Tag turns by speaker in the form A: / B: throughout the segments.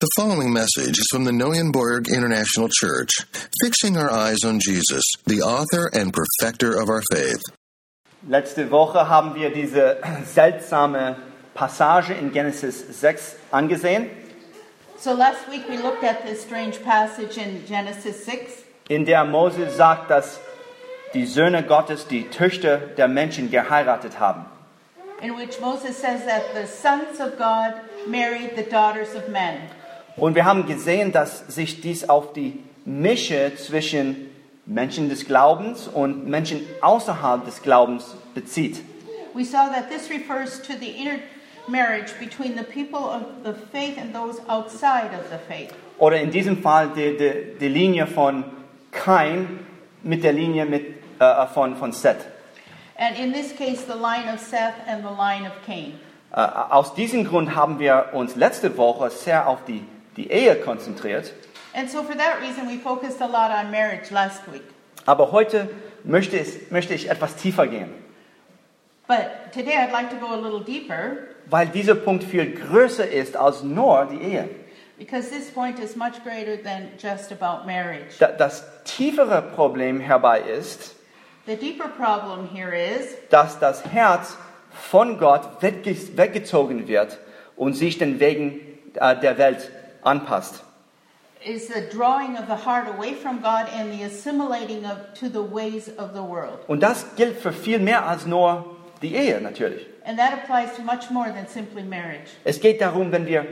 A: The following message is from the Neuenborg International Church, fixing our eyes on Jesus, the author and perfecter of our faith.
B: Letzte Woche haben wir diese seltsame Passage in Genesis 6 angesehen,
C: So last week we looked at this strange passage in Genesis 6
B: in der Mose sagt, dass die Söhne Gottes die Töchter der Menschen geheiratet haben.
C: in which Moses says that the sons of God married the daughters of men.
B: Und wir haben gesehen, dass sich dies auf die Mische zwischen Menschen des Glaubens und Menschen außerhalb des Glaubens bezieht.
C: We saw that this refers to the intermarriage between the people of the faith and those outside of the faith.
B: Oder in diesem Fall die, die, die Linie von Kain mit der Linie mit, äh, von, von Seth.
C: And in this case, the line of Seth and the line of Cain.
B: Äh, aus diesem Grund haben wir uns letzte Woche sehr auf die, die Ehe konzentriert.
C: And so for that reason, we focused a lot on marriage last week.
B: Aber heute möchte, es, möchte ich etwas tiefer gehen,
C: But today I'd like to go a little deeper
B: weil dieser Punkt viel größer ist als nur die Ehe.
C: because this point is much greater than just about marriage.
B: Da- Das tiefere Problem herbei ist,
C: The deeper problem here is
B: dass das Herz von Gott wegge- weggezogen wird und sich den Wegen äh, der Welt anpasst.
C: is the drawing of the heart away from God and the assimilating of to the ways of the world.
B: Und das gilt für viel mehr als nur die Ehe natürlich.
C: And that applies to much more than simply marriage.
B: Es geht darum, wenn wir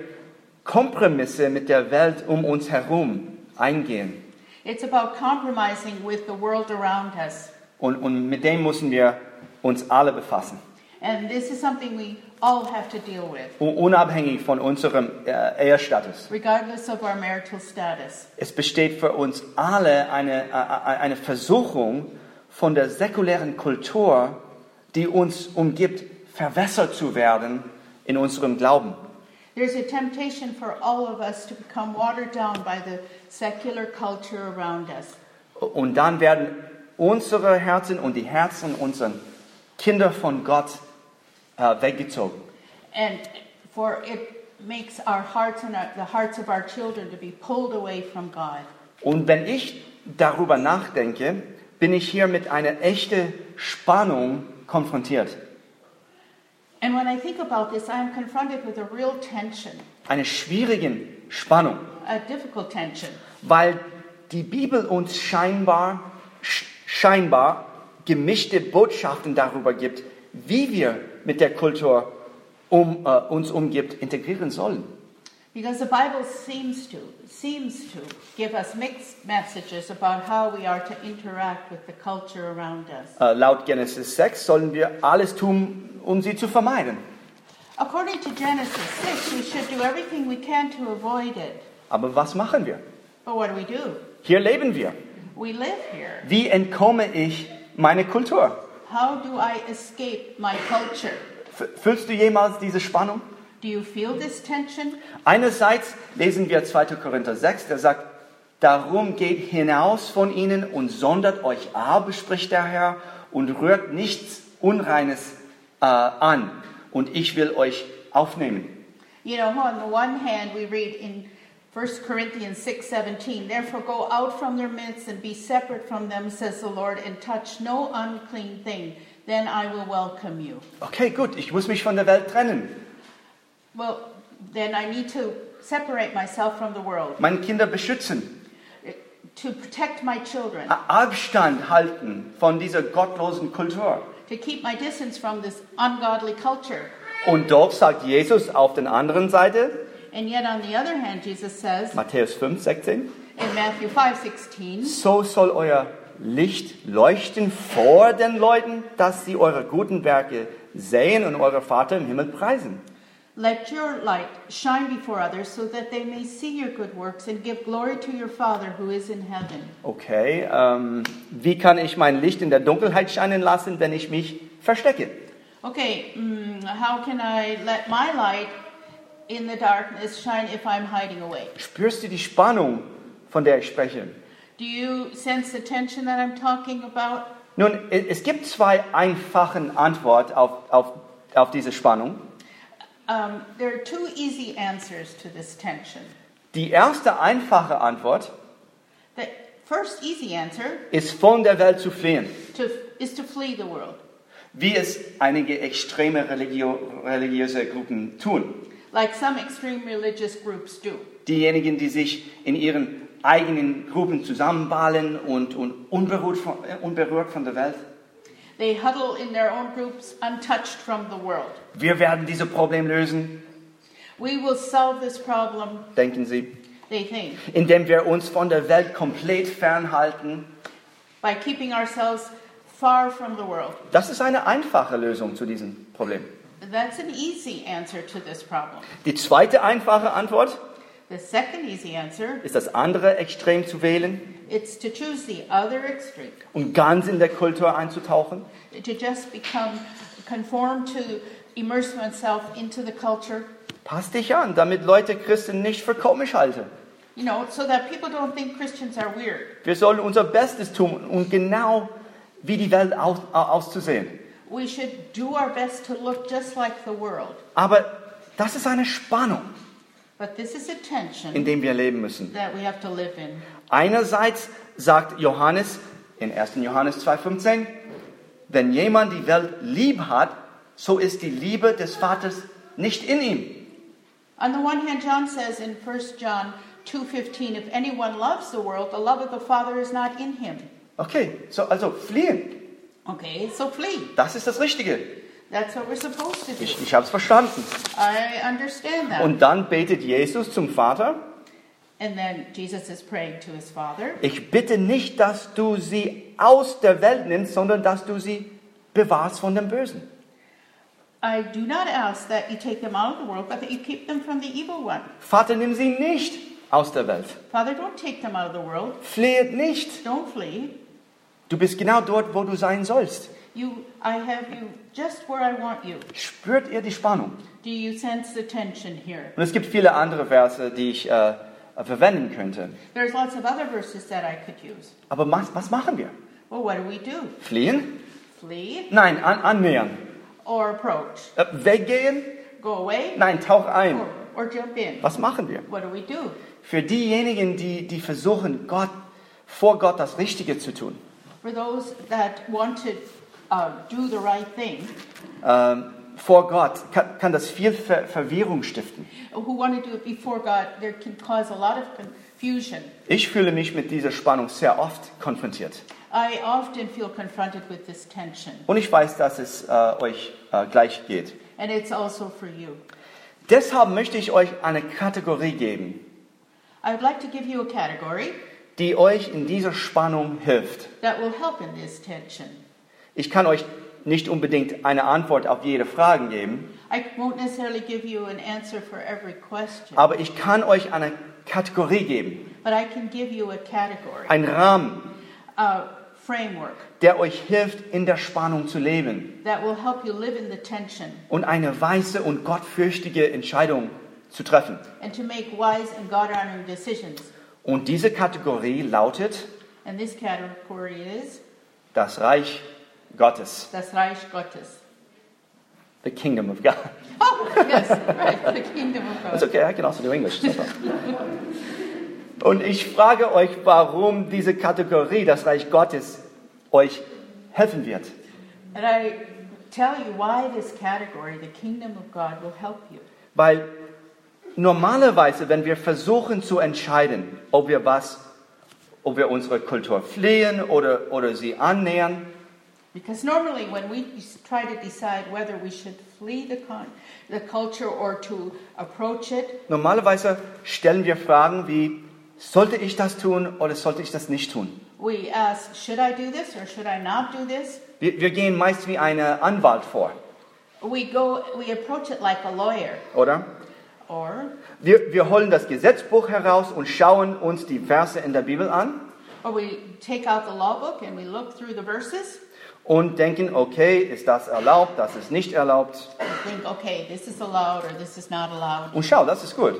B: Kompromisse mit der Welt um uns herum eingehen.
C: It's about compromising with the world around us.
B: Und, und mit dem müssen wir uns alle befassen.
C: And this is something we all have to deal with,
B: U- Unabhängig von unserem äh, Ehestatus.
C: regardless of our marital status.
B: Es besteht für uns alle eine, äh, äh, eine Versuchung, von der säkulären Kultur, die uns umgibt, verwässert zu werden in unserem Glauben.
C: There's a temptation for all of us to become watered down by the secular culture around us.
B: Und dann werden unsere Herzen und die Herzen unserer Kinder von Gott äh, weggezogen.
C: And for it makes our hearts and our, the hearts of our children to be pulled away from God.
B: Und wenn ich darüber nachdenke, bin ich hier mit einer echten Spannung konfrontiert.
C: And when I think about this, I am confronted with a real tension,
B: Eine schwierigen Spannung,
C: a difficult tension,
B: weil die Bibel uns scheinbar, sch- scheinbar gemischte Botschaften darüber gibt, wie wir mit der Kultur um, äh, uns umgibt, integrieren sollen.
C: because the Bible seems to seems to give us mixed messages about how we are to interact with the culture around us.
B: Äh, laut Genesis 6 sollen wir alles tun, um sie zu vermeiden.
C: According to Genesis 6, we should do everything we can to avoid it.
B: Aber was machen wir?
C: But what do we do?
B: Hier leben wir.
C: We live here.
B: Wie entkomme ich meiner Kultur?
C: How do I escape my culture?
B: F- Fühlst du jemals diese Spannung?
C: Do you feel this tension?
B: Einerseits lesen wir 2. Korinther 6, der sagt, darum geht hinaus von ihnen und sondert euch ab, spricht der Herr, und rührt nichts Unreines äh, an, und ich will euch aufnehmen.
C: You know, on the one hand, we read in 1 Corinthians 6:17, "Therefore go out from their midst and be separate from them," says the Lord, "and touch no unclean thing; then I will welcome you."
B: Okay, gut, ich muss mich von der Welt trennen.
C: Well, then I need to separate myself from the world
B: Meine Kinder beschützen,
C: to protect my children,
B: A- Abstand halten von dieser gottlosen Kultur.
C: to keep my distance from this ungodly culture.
B: Und doch sagt Jesus auf der anderen Seite,
C: And yet on the other hand, Jesus says
B: Matthäus 5, 16,
C: in Matthew 5:16,
B: So soll euer Licht leuchten vor den Leuten, dass sie eure guten Werke sehen und eure Vater im Himmel preisen.
C: Let your light shine before others so that they may see your good works and give glory to your Father who is in heaven.
B: Okay, ähm, wie kann ich mein Licht in der Dunkelheit scheinen lassen, wenn ich mich verstecke?
C: Okay, mm, how can I let my light in the darkness shine if I'm hiding away?
B: Spürst du die Spannung, von der ich spreche?
C: Do you sense the tension that I'm talking about?
B: Nun, e- es gibt zwei einfachen Antworten auf, auf, auf diese Spannung.
C: Um, there are two easy answers to this tension.
B: Die erste einfache Antwort
C: The first easy answer
B: ist von der Welt zu fliehen,
C: to, is to flee the world,
B: wie es einige extreme religio religiöse Gruppen tun.
C: like some extreme religious groups do.
B: Diejenigen, die sich in ihren eigenen Gruppen zusammenballen und, und unberührt, von, äh, unberührt von der Welt.
C: They huddle in their own groups, untouched from the world.
B: Wir werden dieses Problem lösen,
C: We will solve this problem,
B: denken sie,
C: they think,
B: indem wir uns von der Welt komplett fernhalten.
C: by keeping ourselves far from the world.
B: Das ist eine einfache Lösung zu diesem Problem.
C: That's an easy answer to this problem.
B: Die zweite einfache Antwort
C: The second easy answer
B: ist das andere Extrem zu wählen
C: is to choose the other extreme,
B: um ganz in der Kultur einzutauchen.
C: to just become conform to immerse oneself into the culture,
B: Pass dich an, damit Leute Christen nicht für komisch halten.
C: you know, so that people don't think Christians are weird.
B: Wir sollen unser Bestes tun, um genau wie die Welt aus, au- auszusehen.
C: We should do our best to look just like the world.
B: Aber das ist eine Spannung,
C: But this is a tension
B: in der wir leben müssen.
C: that we have to live in.
B: Einerseits sagt Johannes in 1. Johannes 2,15, wenn jemand die Welt lieb hat, so ist die Liebe des Vaters nicht in ihm.
C: On the one hand, John says in 1 John 2:15, if anyone loves the world, the love of the Father is not in him.
B: Okay, so, also fliehen,
C: Okay, so flee.
B: das ist das Richtige.
C: That's what we're supposed to do.
B: Ich, ich habe es verstanden.
C: I understand that.
B: Und dann betet Jesus zum Vater,
C: and then Jesus is praying to his Father,
B: Ich bitte nicht, dass du sie aus der Welt nimmst, sondern dass du sie bewahrst von dem Bösen.
C: I do not ask that you take them out of the world, but that you keep them from the evil one.
B: Vater, nimm sie nicht aus der Welt.
C: Father, don't take them out of the world.
B: Flehet nicht.
C: Don't flee.
B: Du bist genau dort, wo du sein sollst.
C: You, I have you just where I want you.
B: Spürt ihr die Spannung?
C: Do you sense the tension here?
B: Und es gibt viele andere Verse, die ich äh, verwenden könnte.
C: There's lots of other verses that I could use.
B: Aber was, was machen wir?
C: Well, what do we do?
B: Fliehen?
C: Flee
B: Nein, an, annähern.
C: or approach?
B: Äh, weggehen?
C: Go away
B: Nein, tauch ein.
C: or, or jump in?
B: Was machen wir?
C: What do we do?
B: Für diejenigen, die, die versuchen, Gott, vor Gott das Richtige zu tun,
C: For those that want to uh, do the right thing,
B: ähm, vor Gott kann, kann das viel Ver Verwirrung stiften.
C: who want to do it before God, there can cause a lot of confusion.
B: Ich fühle mich mit dieser Spannung sehr oft konfrontiert.
C: I often feel confronted with this tension,
B: Und ich weiß, dass es äh, euch äh, gleich geht.
C: and it's also for you.
B: Deshalb möchte ich euch eine Kategorie geben,
C: I would like to give you a category
B: die euch in dieser Spannung hilft.
C: that will help in this tension.
B: Ich kann euch nicht unbedingt eine Antwort auf jede Frage geben,
C: I won't necessarily give you an answer for every question,
B: aber ich kann euch eine Kategorie geben,
C: but I can give you a category,
B: einen Rahmen,
C: a framework
B: der euch hilft, in der Spannung zu leben
C: that will help you live in the tension
B: und eine weise und gottfürchtige Entscheidung zu treffen.
C: and to make wise and God honoring decisions.
B: Und diese Kategorie lautet
C: And this category is
B: das Reich Gottes,
C: Das Reich Gottes.
B: the kingdom of God.
C: Oh, yes, right, the kingdom of God.
B: That's okay, I can also do English. it's no problem. Und ich frage euch, warum diese Kategorie, das Reich Gottes, euch helfen wird.
C: And I tell you why this category, the kingdom of God, will help you.
B: Weil normalerweise, wenn wir versuchen zu entscheiden, ob wir was, ob wir unsere Kultur fliehen oder, oder sie annähern,
C: Because normally, when we try to decide whether we should flee the, con- the culture or to approach it,
B: normalerweise stellen wir Fragen wie, sollte ich das tun oder sollte ich das nicht tun?
C: we ask, should I do this or should I not do this?
B: Wir, wir gehen meist wie ein Anwalt vor,
C: We go, we approach it like a lawyer,
B: oder?
C: or
B: Wir, wir holen das Gesetzbuch heraus und schauen uns die Verse in der Bibel an
C: or we take out the law book and we look through the verses
B: und denken, okay, ist das erlaubt, das ist nicht erlaubt.
C: and think, okay, this is allowed or this is not allowed.
B: Und schau, das ist gut,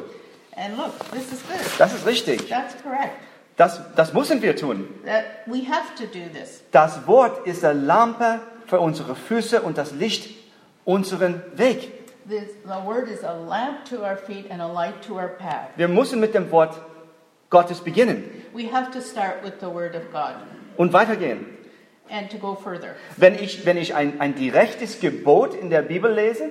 C: And look, this is good.
B: das ist richtig,
C: That's correct.
B: das, das müssen wir tun.
C: That we have to do this.
B: Das Wort ist eine Lampe für unsere Füße und das Licht unseren Weg.
C: This, the word is a lamp to our feet and a light to our path.
B: Wir müssen mit dem Wort Gottes beginnen
C: We have to start with the word of God
B: und weitergehen.
C: and to go further.
B: Wenn ich, wenn ich ein, ein direktes Gebot in der Bibel lese,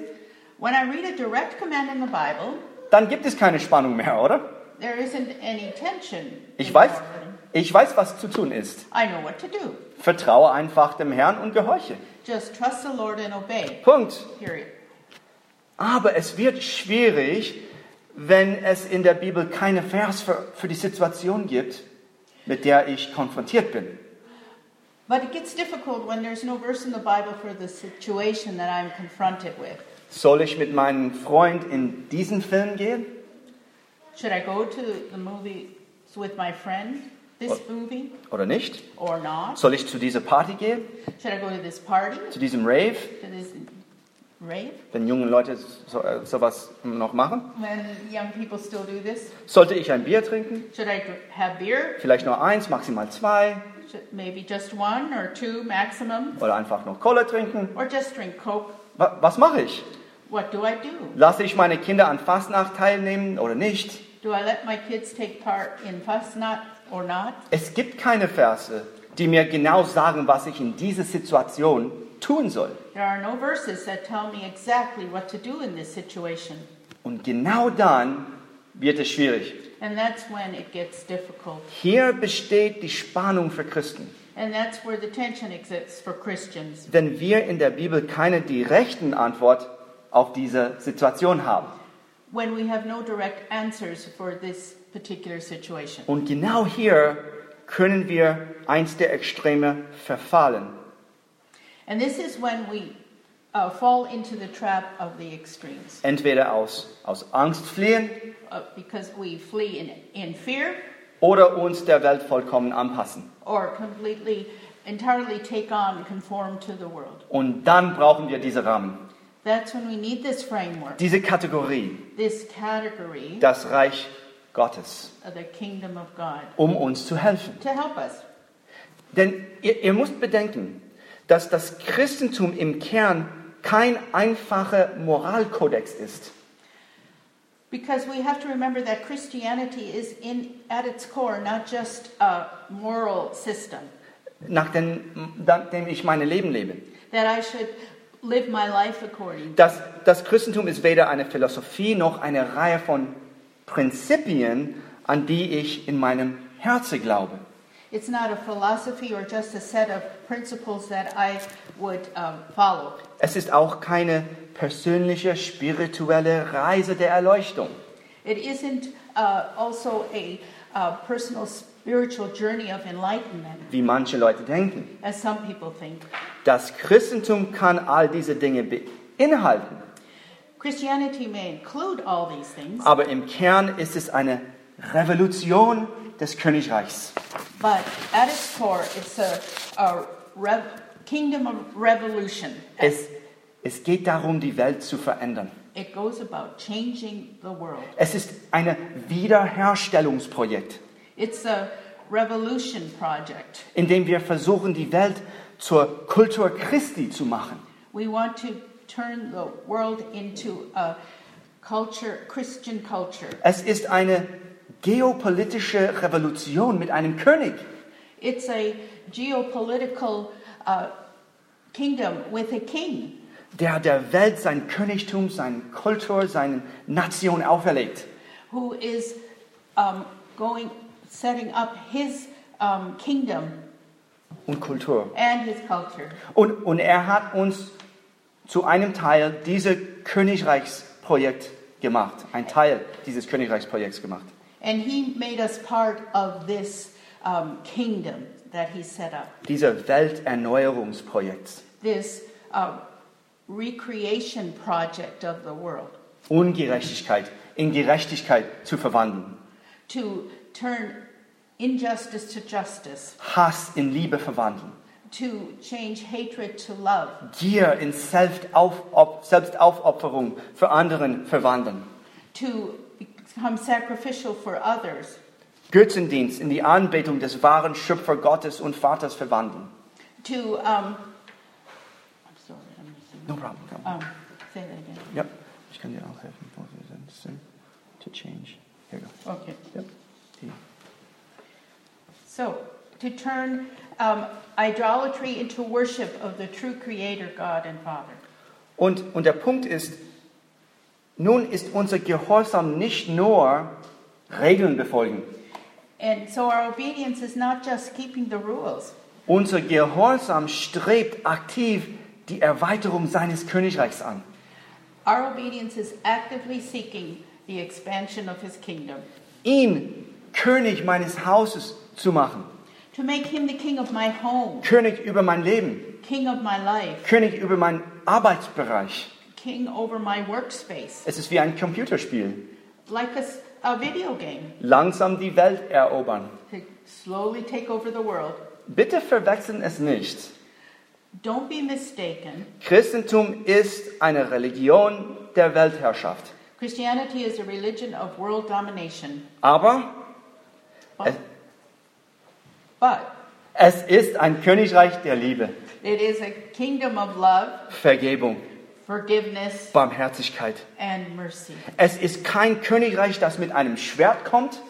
C: When I read a direct command in the Bible,
B: dann gibt es keine Spannung mehr, oder?
C: there isn't any tension.
B: Ich weiß,
C: anymore.
B: ich weiß, was zu tun ist.
C: I know what to do.
B: Vertraue einfach dem Herrn und gehorche.
C: Just trust the Lord and obey.
B: Punkt.
C: Period.
B: Aber es wird schwierig, wenn es in der Bibel keine Vers für, für die Situation gibt, mit der ich konfrontiert bin.
C: But it gets difficult when there's no verse in the Bible for the situation that I'm confronted with.
B: Soll ich mit meinem Freund in diesen Film gehen?
C: Should I go to the movie with my friend, this movie,
B: Oder nicht?
C: or not?
B: Soll ich zu dieser Party gehen?
C: Should I go to this party,
B: Zu diesem Rave?
C: to this rave?
B: Wenn junge Leute so, äh, sowas noch machen?
C: When young people still do this?
B: Sollte ich ein Bier trinken?
C: Should I dr- have beer?
B: Vielleicht nur eins, maximal zwei?
C: Should, maybe just one or two maximum?
B: Oder einfach nur Cola trinken?
C: Or just drink Coke?
B: Wa- was mache ich?
C: What do I do?
B: Lasse ich meine Kinder an Fastnacht teilnehmen oder nicht?
C: Do I let my kids take part in Fastnacht or not?
B: Es gibt keine Verse, die mir genau sagen, was ich in dieser Situation tun soll.
C: There are no verses that tell me exactly what to do in this situation.
B: Und genau dann wird es schwierig.
C: And that's when it gets difficult.
B: Hier besteht die Spannung für Christen.
C: And that's where the tension exists for Christians.
B: Wenn wir in der Bibel keine direkten Antwort auf diese Situation haben.
C: When we have no direct answers for this particular situation.
B: Und genau hier können wir eins der Extreme verfallen.
C: And this is when we uh, fall into the trap of the extremes.
B: Entweder aus, aus Angst fliehen
C: Uh, because we flee in, in fear
B: oder uns der Welt vollkommen anpassen.
C: or completely, entirely take on, conform to the world.
B: Und dann brauchen wir diese Rahmen,
C: That's when we need this framework,
B: diese Kategorie,
C: this category
B: das Reich Gottes,
C: of the kingdom of God
B: um uns zu helfen.
C: to help us.
B: Denn ihr, ihr müsst bedenken, dass das Christentum im Kern kein einfacher Moralkodex ist.
C: Because we have to remember that Christianity is in at its core not just a moral system
B: Nachdem, nachdem ich mein Leben lebe.
C: that I should live my life according.
B: Das, das Christentum ist weder eine Philosophie noch eine Reihe von Prinzipien, an die ich in meinem Herzen glaube.
C: It's not a philosophy or just a set of principles that I would um, follow.
B: Es ist auch keine persönliche spirituelle Reise der Erleuchtung.
C: It isn't uh, also a uh, personal spiritual journey of enlightenment,
B: wie manche Leute denken.
C: as some people think.
B: Das Christentum kann all diese Dinge beinhalten,
C: Christianity may include all these things,
B: aber im Kern ist es eine Revolution des Königreichs.
C: but at its core, it's a, a rev- kingdom of revolution.
B: Es, es geht darum, die Welt zu verändern.
C: It goes about changing the world.
B: Es ist ein Wiederherstellungsprojekt,
C: It's a revolution project.
B: in dem wir versuchen, die Welt zur Kultur Christi zu machen.
C: We want to turn the world into a culture, Christian culture.
B: Es ist eine geopolitische Revolution mit einem König.
C: It's a geopolitical uh, kingdom with a king
B: der der Welt sein Königtum, seine Kultur, seine Nation auferlegt.
C: who is um, going, setting up his um, kingdom
B: Und Kultur.
C: and his culture.
B: Und, und er hat uns zu einem Teil dieses Königreichsprojekt gemacht. Ein Teil dieses Königreichsprojekts gemacht.
C: And he made us part of this um, kingdom that he set up,
B: Dieser Welterneuerungsprojekt.
C: this uh, recreation project of the world
B: Ungerechtigkeit in Gerechtigkeit zu verwandeln.
C: to turn injustice to justice,
B: Hass in Liebe verwandeln.
C: to change hatred to love.
B: Gier in Selbstaufop Selbstaufopferung für anderen verwandeln.
C: to become sacrificial for others,
B: Götzendienst in die Anbetung des wahren Schöpfer Gottes und Vaters verwandeln.
C: to um, I'm sorry, I'm missing.
B: No problem.
C: Um, say that again.
B: Ja. Ich kann dir auch helfen. Wo sie sind. Sin To change. Here you go.
C: Okay.
B: Yep. Die.
C: So, to turn um, idolatry into worship of the true Creator, God and Father.
B: Und, und der Punkt ist, nun ist unser Gehorsam nicht nur Regeln befolgen.
C: And so, our obedience is not just keeping the rules,
B: Unser Gehorsam strebt aktiv die Erweiterung seines Königreichs an.
C: our obedience is actively seeking the expansion of His kingdom.
B: Ihn König meines Hauses zu machen.
C: To make Him the King of my home,
B: König über mein Leben.
C: King of my life,
B: König über meinen Arbeitsbereich.
C: King over my workspace,
B: Es ist wie ein Computerspiel.
C: like a, s- a video game,
B: Langsam die Welt erobern.
C: to slowly take over the world.
B: Bitte verwechseln es nicht.
C: Don't be mistaken.
B: Christentum ist eine Religion der Weltherrschaft.
C: Christianity is a religion of world domination,
B: Aber
C: but,
B: es,
C: but
B: es ist ein Königreich der Liebe,
C: it is a kingdom of love,
B: Vergebung,
C: forgiveness,
B: Barmherzigkeit.
C: and mercy.
B: Es ist kein Königreich, das mit einem Schwert kommt,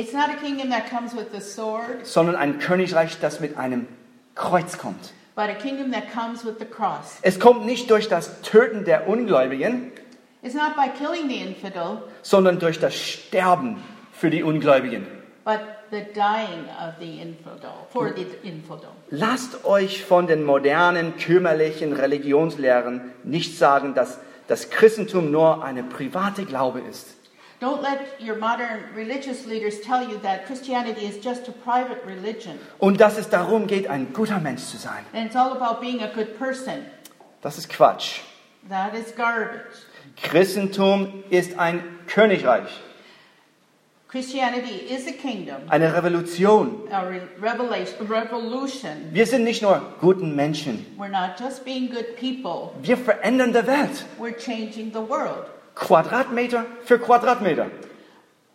C: It's not a kingdom that comes with the sword,
B: sondern ein Königreich, das mit einem Kreuz kommt.
C: but a kingdom that comes with the cross.
B: Es kommt nicht durch das Töten der Ungläubigen,
C: It's not by killing the infidel,
B: sondern durch das Sterben für die Ungläubigen.
C: but the dying of the infidel, for the infidel.
B: Lasst euch von den modernen, kümmerlichen Religionslehren nicht sagen, dass das Christentum nur eine private Glaube ist.
C: Don't let your modern religious leaders tell you that Christianity is just a private religion
B: Und dass es darum geht, ein guter Mensch zu sein.
C: and it's all about being a good person.
B: Das ist Quatsch.
C: That is garbage.
B: Christentum ist ein Königreich,
C: Christianity is a kingdom,
B: eine Revolution.
C: a re- revelation, revolution.
B: Wir sind nicht nur guten Menschen,
C: We're not just being good people,
B: wir verändern die Welt.
C: we're changing the world,
B: Quadratmeter für Quadratmeter.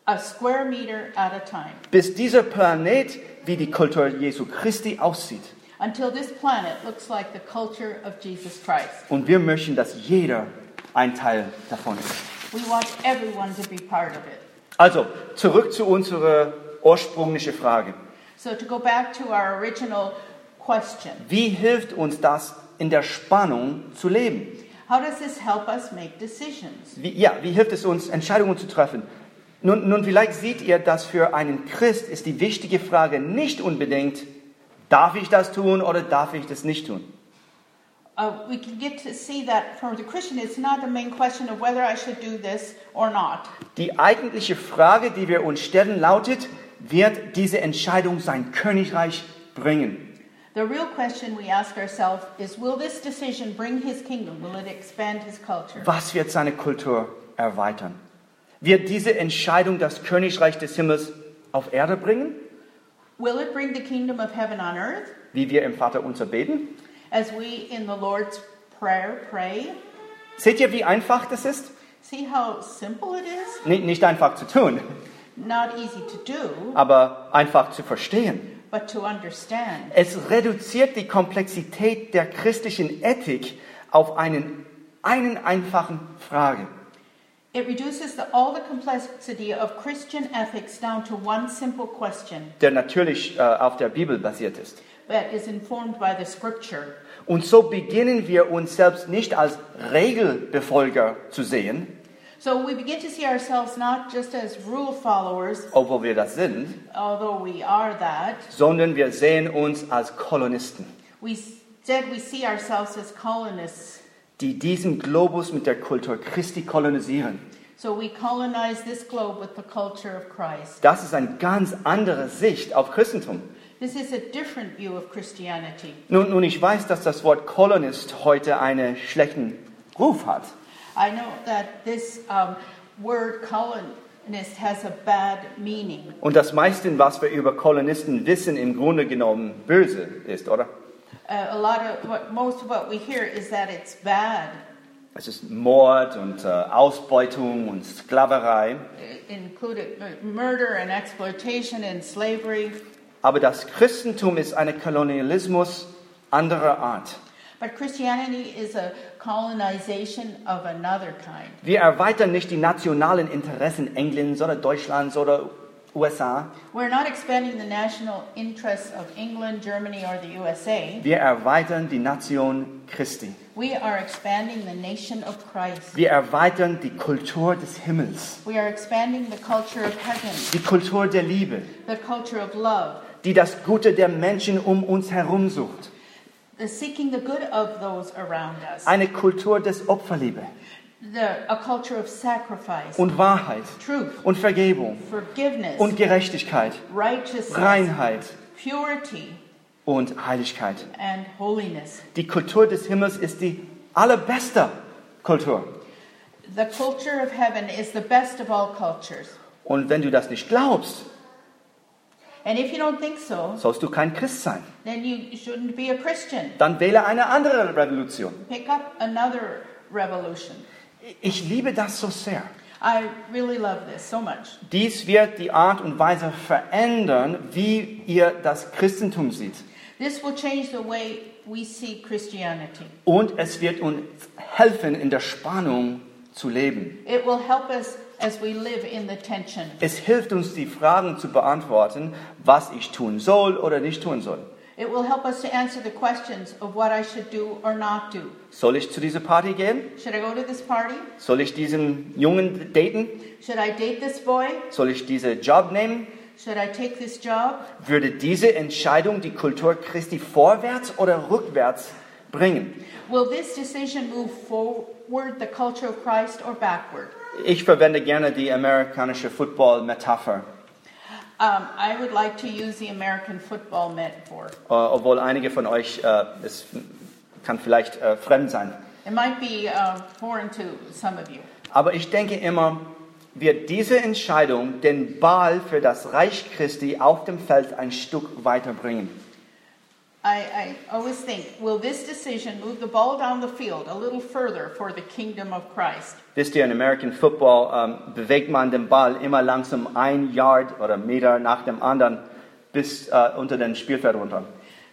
C: a square meter at a time,
B: Bis dieser Planet wie die Kultur Jesu Christi aussieht.
C: until this planet looks like the culture of Jesus Christ.
B: Und wir möchten, dass jeder ein Teil davon ist.
C: We want everyone to be part of it.
B: Also, zurück zu unserer ursprünglichen Frage.
C: So, to go back to our original question
B: Wie hilft uns das, in der Spannung zu leben?
C: how does this help us make decisions?
B: Wie, ja, wie hilft es uns, Entscheidungen zu treffen? Nun, nun, vielleicht seht ihr, dass für einen Christ ist die wichtige Frage nicht unbedingt, darf ich das tun oder darf ich das nicht tun?
C: Uh, we can get to see that for the Christian, it's not the main question of whether I should do this or not.
B: Die eigentliche Frage, die wir uns stellen, lautet, wird diese Entscheidung sein Königreich bringen?
C: The real question we ask ourselves is Will this decision bring his kingdom? Will it expand his culture?
B: Was wird seine Kultur erweitern? Wird diese Entscheidung das Königreich des Himmels auf Erde bringen?
C: Will it bring the kingdom of heaven on earth?
B: wie wir im Vater unser beten.
C: As we in the Lord's Prayer pray,
B: Seht ihr, wie einfach das ist?
C: see how simple it is?
B: Nicht, nicht einfach zu tun,
C: Not easy to do,
B: aber einfach zu verstehen.
C: but to understand.
B: Es reduziert die Komplexität der christlichen Ethik auf einen, einen einfachen Frage.
C: It reduces the, all the complexity of Christian ethics down to one simple question
B: der natürlich äh, auf der Bibel basiert ist.
C: that is informed by the scripture.
B: Und so beginnen wir uns selbst nicht als Regelbefolger zu sehen,
C: So we begin to see ourselves not just as rule followers,
B: obwohl wir das sind,
C: although we are that,
B: sondern wir sehen uns als Kolonisten,
C: We said we see ourselves as colonists,
B: die diesen Globus mit der Kultur Christi kolonisieren.
C: so we colonize this globe with the culture of Christ.
B: Das ist eine ganz andere Sicht auf Christentum.
C: This is a different view of Christianity.
B: Nun, nun ich weiß, dass das Wort Kolonist heute einen schlechten Ruf hat.
C: I know that this um, word colonist has a bad meaning,
B: Und das meiste, was wir über Kolonisten wissen, im Grunde genommen böse ist, oder?
C: uh, a lot of what most of what we hear is that it's bad.
B: Es ist Mord und äh, Ausbeutung und Sklaverei.
C: It uh, included uh, murder and exploitation and slavery.
B: Aber das Christentum ist ein Kolonialismus anderer Art.
C: But Christianity is a colonization of another kind.
B: Wir erweitern nicht die nationalen Interessen Englands oder Deutschlands oder USA.
C: We're not expanding the national interests of England, Germany, or the USA.
B: Wir erweitern die Nation Christi.
C: We are expanding the nation of Christ.
B: Wir erweitern die Kultur des Himmels,
C: We are expanding the culture of heaven,
B: die Kultur der Liebe,
C: the culture of love,
B: die das Gute der Menschen um uns herum sucht.
C: the seeking the good of those around us,
B: Eine Kultur des Opferliebe
C: the, a culture of sacrifice,
B: und Wahrheit
C: truth,
B: und Vergebung
C: forgiveness,
B: und Gerechtigkeit,
C: righteousness,
B: Reinheit
C: purity,
B: und Heiligkeit.
C: and holiness.
B: Die Kultur des Himmels ist die allerbeste Kultur.
C: The culture of heaven is the best of all cultures.
B: Und wenn du das nicht glaubst,
C: And if you don't think so,
B: sollst du kein Christ sein.
C: then you shouldn't be a Christian.
B: Dann wähle eine andere Revolution.
C: Pick up another revolution.
B: Ich liebe das so sehr.
C: I really love this so much.
B: Dies wird die Art und Weise verändern, wie ihr das Christentum sieht.
C: This will change the way we see Christianity.
B: Und es wird uns helfen, in der Spannung zu leben.
C: It will help us as we live in the tension.
B: Es hilft uns, die Fragen zu beantworten, was ich tun soll oder nicht tun soll.
C: It will help us to answer the questions of what I should do or not do.
B: Soll ich zu dieser Party gehen?
C: Should I go to this party?
B: Soll ich diesen Jungen daten?
C: Should I date this boy?
B: Soll ich diesen Job nehmen?
C: Should I take this job?
B: Würde diese Entscheidung die Kultur Christi vorwärts oder rückwärts bringen?
C: Will this decision move forward the culture of Christ or backward?
B: Ich verwende gerne die amerikanische Football-Metapher,
C: Um, I would like to use the American football metaphor.
B: äh, obwohl einige von euch, äh, es kann vielleicht äh, fremd sein.
C: It might be uh, foreign to some of you.
B: Aber ich denke immer, wird diese Entscheidung den Ball für das Reich Christi auf dem Feld ein Stück weiterbringen.
C: I, I always think, will this decision move the ball down the field a little further for the kingdom of Christ?
B: Wisst ihr, in American Football ähm, bewegt man den Ball immer langsam ein Yard oder Meter nach dem anderen bis äh, unter den Spielfeld runter.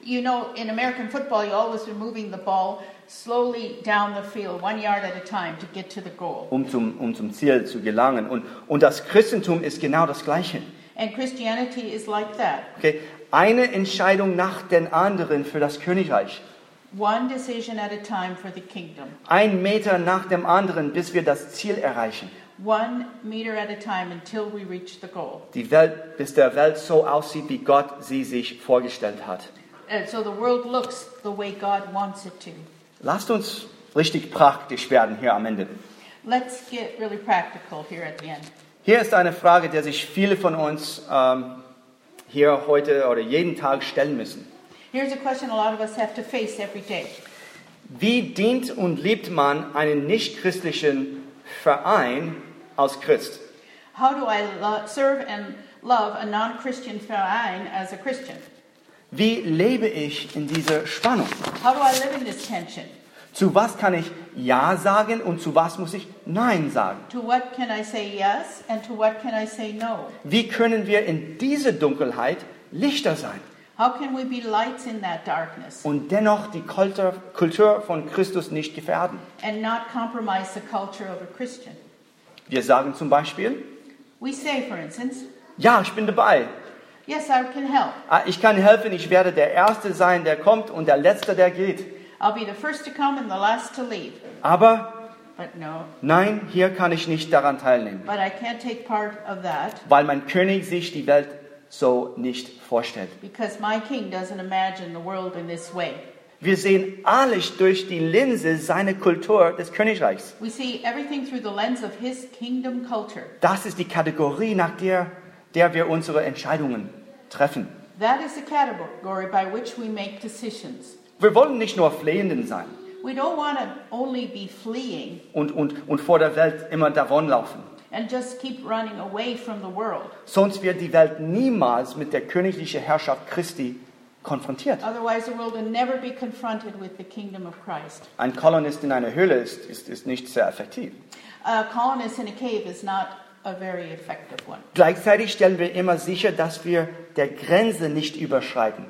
C: You know, in American football, you always are moving the ball slowly down the field, one yard at a time, to get to the goal.
B: um zum, um zum Ziel zu gelangen. Und, und das Christentum ist genau das Gleiche.
C: And Christianity is like that
B: Okay? Eine Entscheidung nach den anderen für das Königreich.
C: one decision at a time for the kingdom,
B: Ein Meter nach dem anderen, bis wir das Ziel erreichen.
C: one meter at a time until we reach the goal.
B: Die Welt, bis der Welt so aussieht, wie Gott sie sich vorgestellt hat.
C: And so the world looks the way God wants it to.
B: Lasst uns richtig praktisch werden hier am Ende.
C: Let's get really practical here at the end.
B: Hier ist eine Frage, der sich viele von uns ähm, hier heute oder jeden Tag stellen müssen.
C: Here's a question a lot of us have to face every day.
B: Wie dient und liebt man einen nichtchristlichen Verein als Christ?
C: How do I lo- serve and love a non Christian Verein as a Christian?
B: Wie lebe ich in dieser Spannung?
C: How do I live in this tension?
B: Zu was kann ich Ja sagen und zu was muss ich Nein sagen?
C: To what can I say yes and to what can I say no?
B: Wie können wir in dieser Dunkelheit Lichter sein
C: How can we be lights in that darkness
B: und dennoch die Kultur Kultur von Christus nicht gefährden?
C: and not compromise the culture of a Christian?
B: Wir sagen zum Beispiel,
C: We say, for instance,
B: ja, ich bin dabei.
C: yes, I can help.
B: Ah, Ich kann helfen, ich werde der Erste sein, der kommt und der Letzte, der geht.
C: I'll be the first to come and the last to leave.
B: Aber
C: But no,
B: nein, hier kann ich nicht daran teilnehmen.
C: but I can't take part of that
B: weil mein König sich die Welt so nicht vorstellt.
C: because my king doesn't imagine the world in this way.
B: Wir sehen alles durch die Linse seiner Kultur des Königreichs.
C: We see everything through the lens of his kingdom culture.
B: Das ist die Kategorie, nach der, der wir unsere Entscheidungen treffen.
C: That is the category by which we make decisions.
B: Wir wollen nicht nur Flehenden sein
C: We don't want to only be fleeing
B: und, und, und vor der Welt immer davonlaufen.
C: and just keep running away from the world.
B: Sonst wird die Welt niemals mit der königlichen Herrschaft Christi konfrontiert.
C: Otherwise, the world will never be confronted with the kingdom of Christ.
B: Ein Kolonist in einer Höhle ist, ist, ist nicht sehr effektiv.
C: A colonist in a cave is not a very effective one.
B: Gleichzeitig stellen wir immer sicher, dass wir der Grenze nicht überschreiten.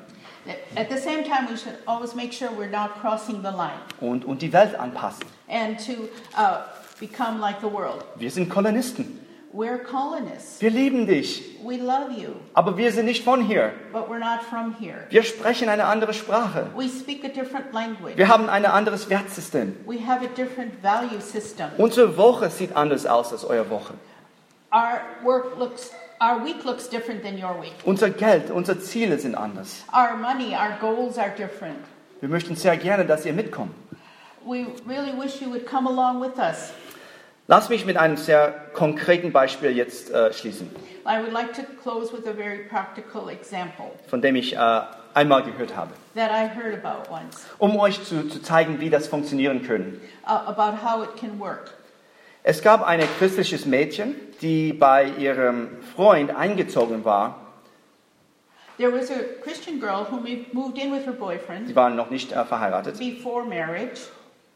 C: At the same time, we should always make sure we're not crossing the line
B: und, und die Welt anpassen.
C: and to uh, become like the world.
B: Wir sind Kolonisten.
C: We're colonists.
B: Wir lieben dich,
C: We love you,
B: aber wir sind nicht von hier.
C: but we're not from here.
B: Wir sprechen eine andere Sprache.
C: We speak a different language.
B: Wir haben ein anderes Wertsystem.
C: We have a different value system.
B: Unsere Woche sieht anders aus als eure Woche.
C: Our work looks, our week looks different than your week.
B: Unser Geld, unsere Ziele sind anders.
C: Our money, our goals are different.
B: Wir möchten sehr gerne, dass ihr mitkommt.
C: We really wish you would come along with us.
B: Lass mich mit einem sehr konkreten Beispiel jetzt äh, schließen,
C: I would like to close with a very practical example
B: von dem ich äh, einmal gehört habe,
C: that I heard about once
B: um euch zu, zu zeigen, wie das funktionieren können.
C: uh, about how it can work.
B: Es gab ein christliches Mädchen, die bei ihrem Freund eingezogen war.
C: There was a Christian girl who mo- moved in with her boyfriend
B: Sie waren noch nicht äh, verheiratet.
C: before marriage,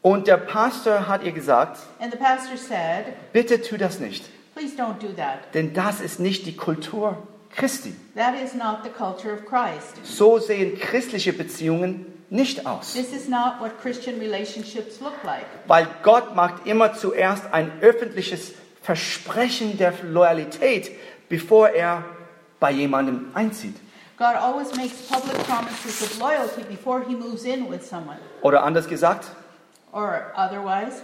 B: Und der Pastor hat ihr gesagt,
C: and the pastor said,
B: bitte tu das nicht,
C: Please don't do that.
B: denn das ist nicht die Kultur Christi.
C: That is not the culture of Christ.
B: So sehen christliche Beziehungen nicht aus.
C: This is not what Christian relationships look like.
B: Weil Gott macht immer zuerst ein öffentliches Versprechen der Loyalität, bevor er bei jemandem einzieht.
C: God always makes public promises of loyalty before he moves in with someone.
B: Oder anders gesagt,
C: Or otherwise,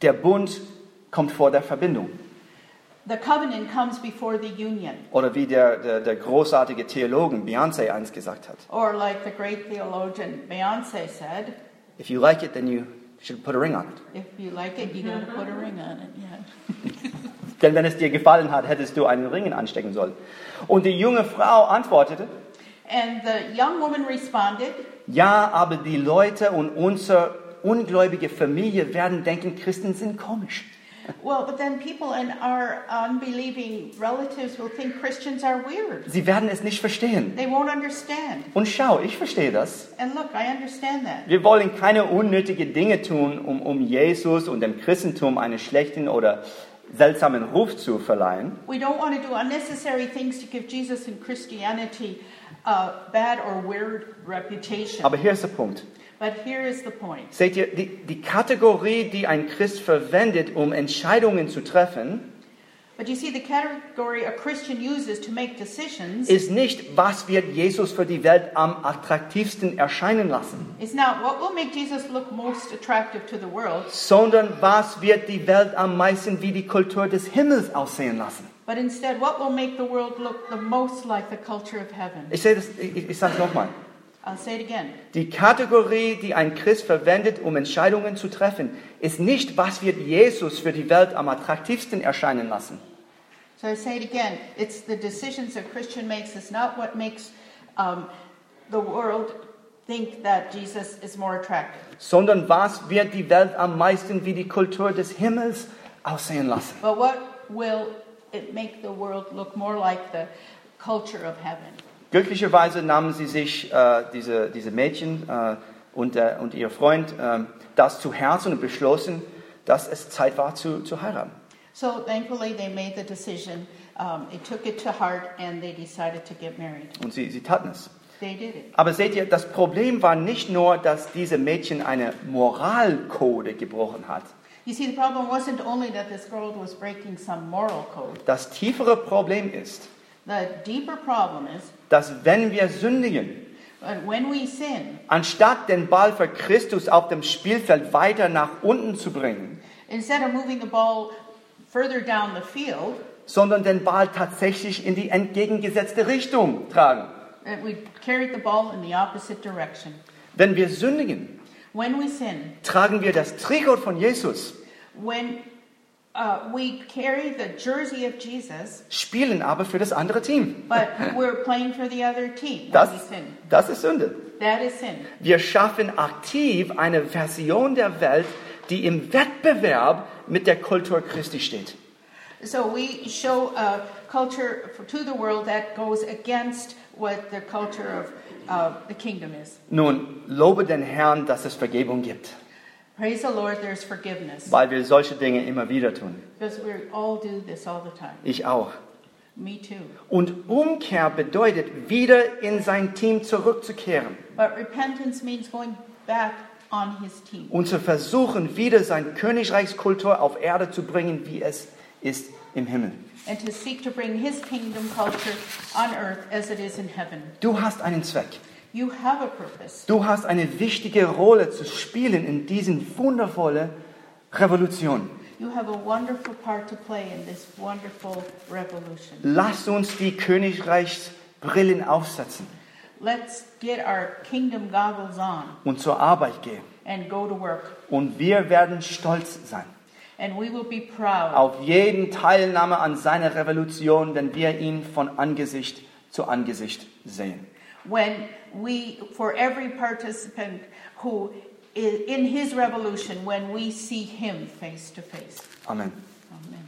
B: der Bund kommt vor der Verbindung.
C: the covenant comes before the union.
B: Oder wie der, der, der großartige Theologen Beyoncé einst gesagt hat,
C: Or, like the great theologian Beyonce said,
B: if you like it, then you should put a ring on it.
C: if you like it, you gotta put a ring on it. Yeah.
B: Denn wenn es dir gefallen hat, hättest du einen Ring anstecken sollen. Und die junge Frau antwortete,
C: And the young woman responded,
B: ja, aber die Leute und unsere ungläubige Familie werden denken, Christen sind komisch.
C: Well, but then people and our unbelieving relatives will think Christians are weird.
B: Sie werden es nicht verstehen.
C: They won't understand.
B: Und schau, ich verstehe das.
C: And look, I understand that.
B: Wir wollen keine unnötigen Dinge tun, um, um Jesus und dem Christentum einen schlechten oder seltsamen Ruf zu verleihen.
C: We don't want to do unnecessary things to give Jesus and Christianity a bad or weird reputation.
B: Aber hier ist der Punkt.
C: But here is the point.
B: Seht ihr, die, die Kategorie, die ein Christ verwendet, um Entscheidungen zu treffen,
C: But you see, the category a Christian uses to make decisions
B: ist nicht, was wird Jesus für die Welt am attraktivsten erscheinen lassen,
C: is not what will make Jesus look most attractive to the world,
B: sondern was wird die Welt am meisten wie die Kultur des Himmels aussehen lassen.
C: but instead what will make the world look the most like the culture of heaven.
B: Ich, seh das- ich, ich sage es nochmal.
C: I'll say it again.
B: Die Kategorie, die ein Christ verwendet, um Entscheidungen zu treffen, ist nicht, was wird Jesus für die Welt am attraktivsten erscheinen lassen,
C: So I say it again. It's the decisions a Christian makes. It's not what makes um, the world think that Jesus is more attractive,
B: sondern was wird die Welt am meisten wie die Kultur des Himmels aussehen lassen.
C: but what will it make the world look more like the culture of heaven.
B: Glücklicherweise nahmen sie sich, äh, diese, diese Mädchen äh, und, äh, und ihr Freund, äh, das zu Herzen und beschlossen, dass es Zeit war zu, zu heiraten.
C: So thankfully, they made the decision. Um, they took it to heart and they decided to get married.
B: Und sie, sie taten es.
C: They did it.
B: Aber seht ihr, das Problem war nicht nur, dass diese Mädchen eine Moralkode gebrochen hat.
C: You see, the problem wasn't only that this girl was breaking some moral code.
B: Das tiefere Problem ist,
C: The deeper problem is
B: dass wenn wir sündigen,
C: uh, when we sin,
B: anstatt den Ball für Christus auf dem Spielfeld weiter nach unten zu bringen,
C: instead of moving the ball further down the field,
B: sondern den Ball tatsächlich in die entgegengesetzte Richtung tragen.
C: that uh, we carried the ball in the opposite direction.
B: Wenn wir sündigen,
C: When we sin,
B: tragen wir das Trikot von Jesus,
C: when uh, we carry the jersey of Jesus,
B: spielen aber für das andere Team.
C: but we're playing for the other team. When
B: Das,
C: we sin.
B: das ist Sünde.
C: That is sin.
B: Wir schaffen aktiv eine Version der Welt, die im Wettbewerb mit der Kultur Christi steht.
C: So we show a culture for, to the world that goes against what the culture of uh, the kingdom is.
B: Nun, lobe den Herrn, dass es Vergebung gibt,
C: Praise the Lord, there's forgiveness.
B: weil wir solche Dinge immer wieder tun.
C: Because we all do this all the time.
B: Ich auch.
C: Me too.
B: Und Umkehr bedeutet, wieder in sein Team zurückzukehren
C: But repentance means going back on his team
B: und zu versuchen, wieder sein Königreichskultur auf Erde zu bringen, wie es ist im Himmel.
C: and to seek to bring his kingdom culture on earth as it is in heaven.
B: Du hast einen Zweck.
C: You have a purpose.
B: Du hast eine wichtige Rolle zu spielen in diesen wundervollen Revolution.
C: You have a wonderful part to play in this wonderful revolution.
B: Lasst uns die Königreichsbrillen aufsetzen
C: Let's get our kingdom goggles on
B: und zur Arbeit gehen.
C: and go to work.
B: Und wir werden stolz sein
C: And we will be proud
B: auf jeden Teilnahme an seiner Revolution, wenn wir ihn von Angesicht zu Angesicht sehen.
C: when we, for every participant who is in his revolution, when we see him face to face.
B: Amen.
C: Amen.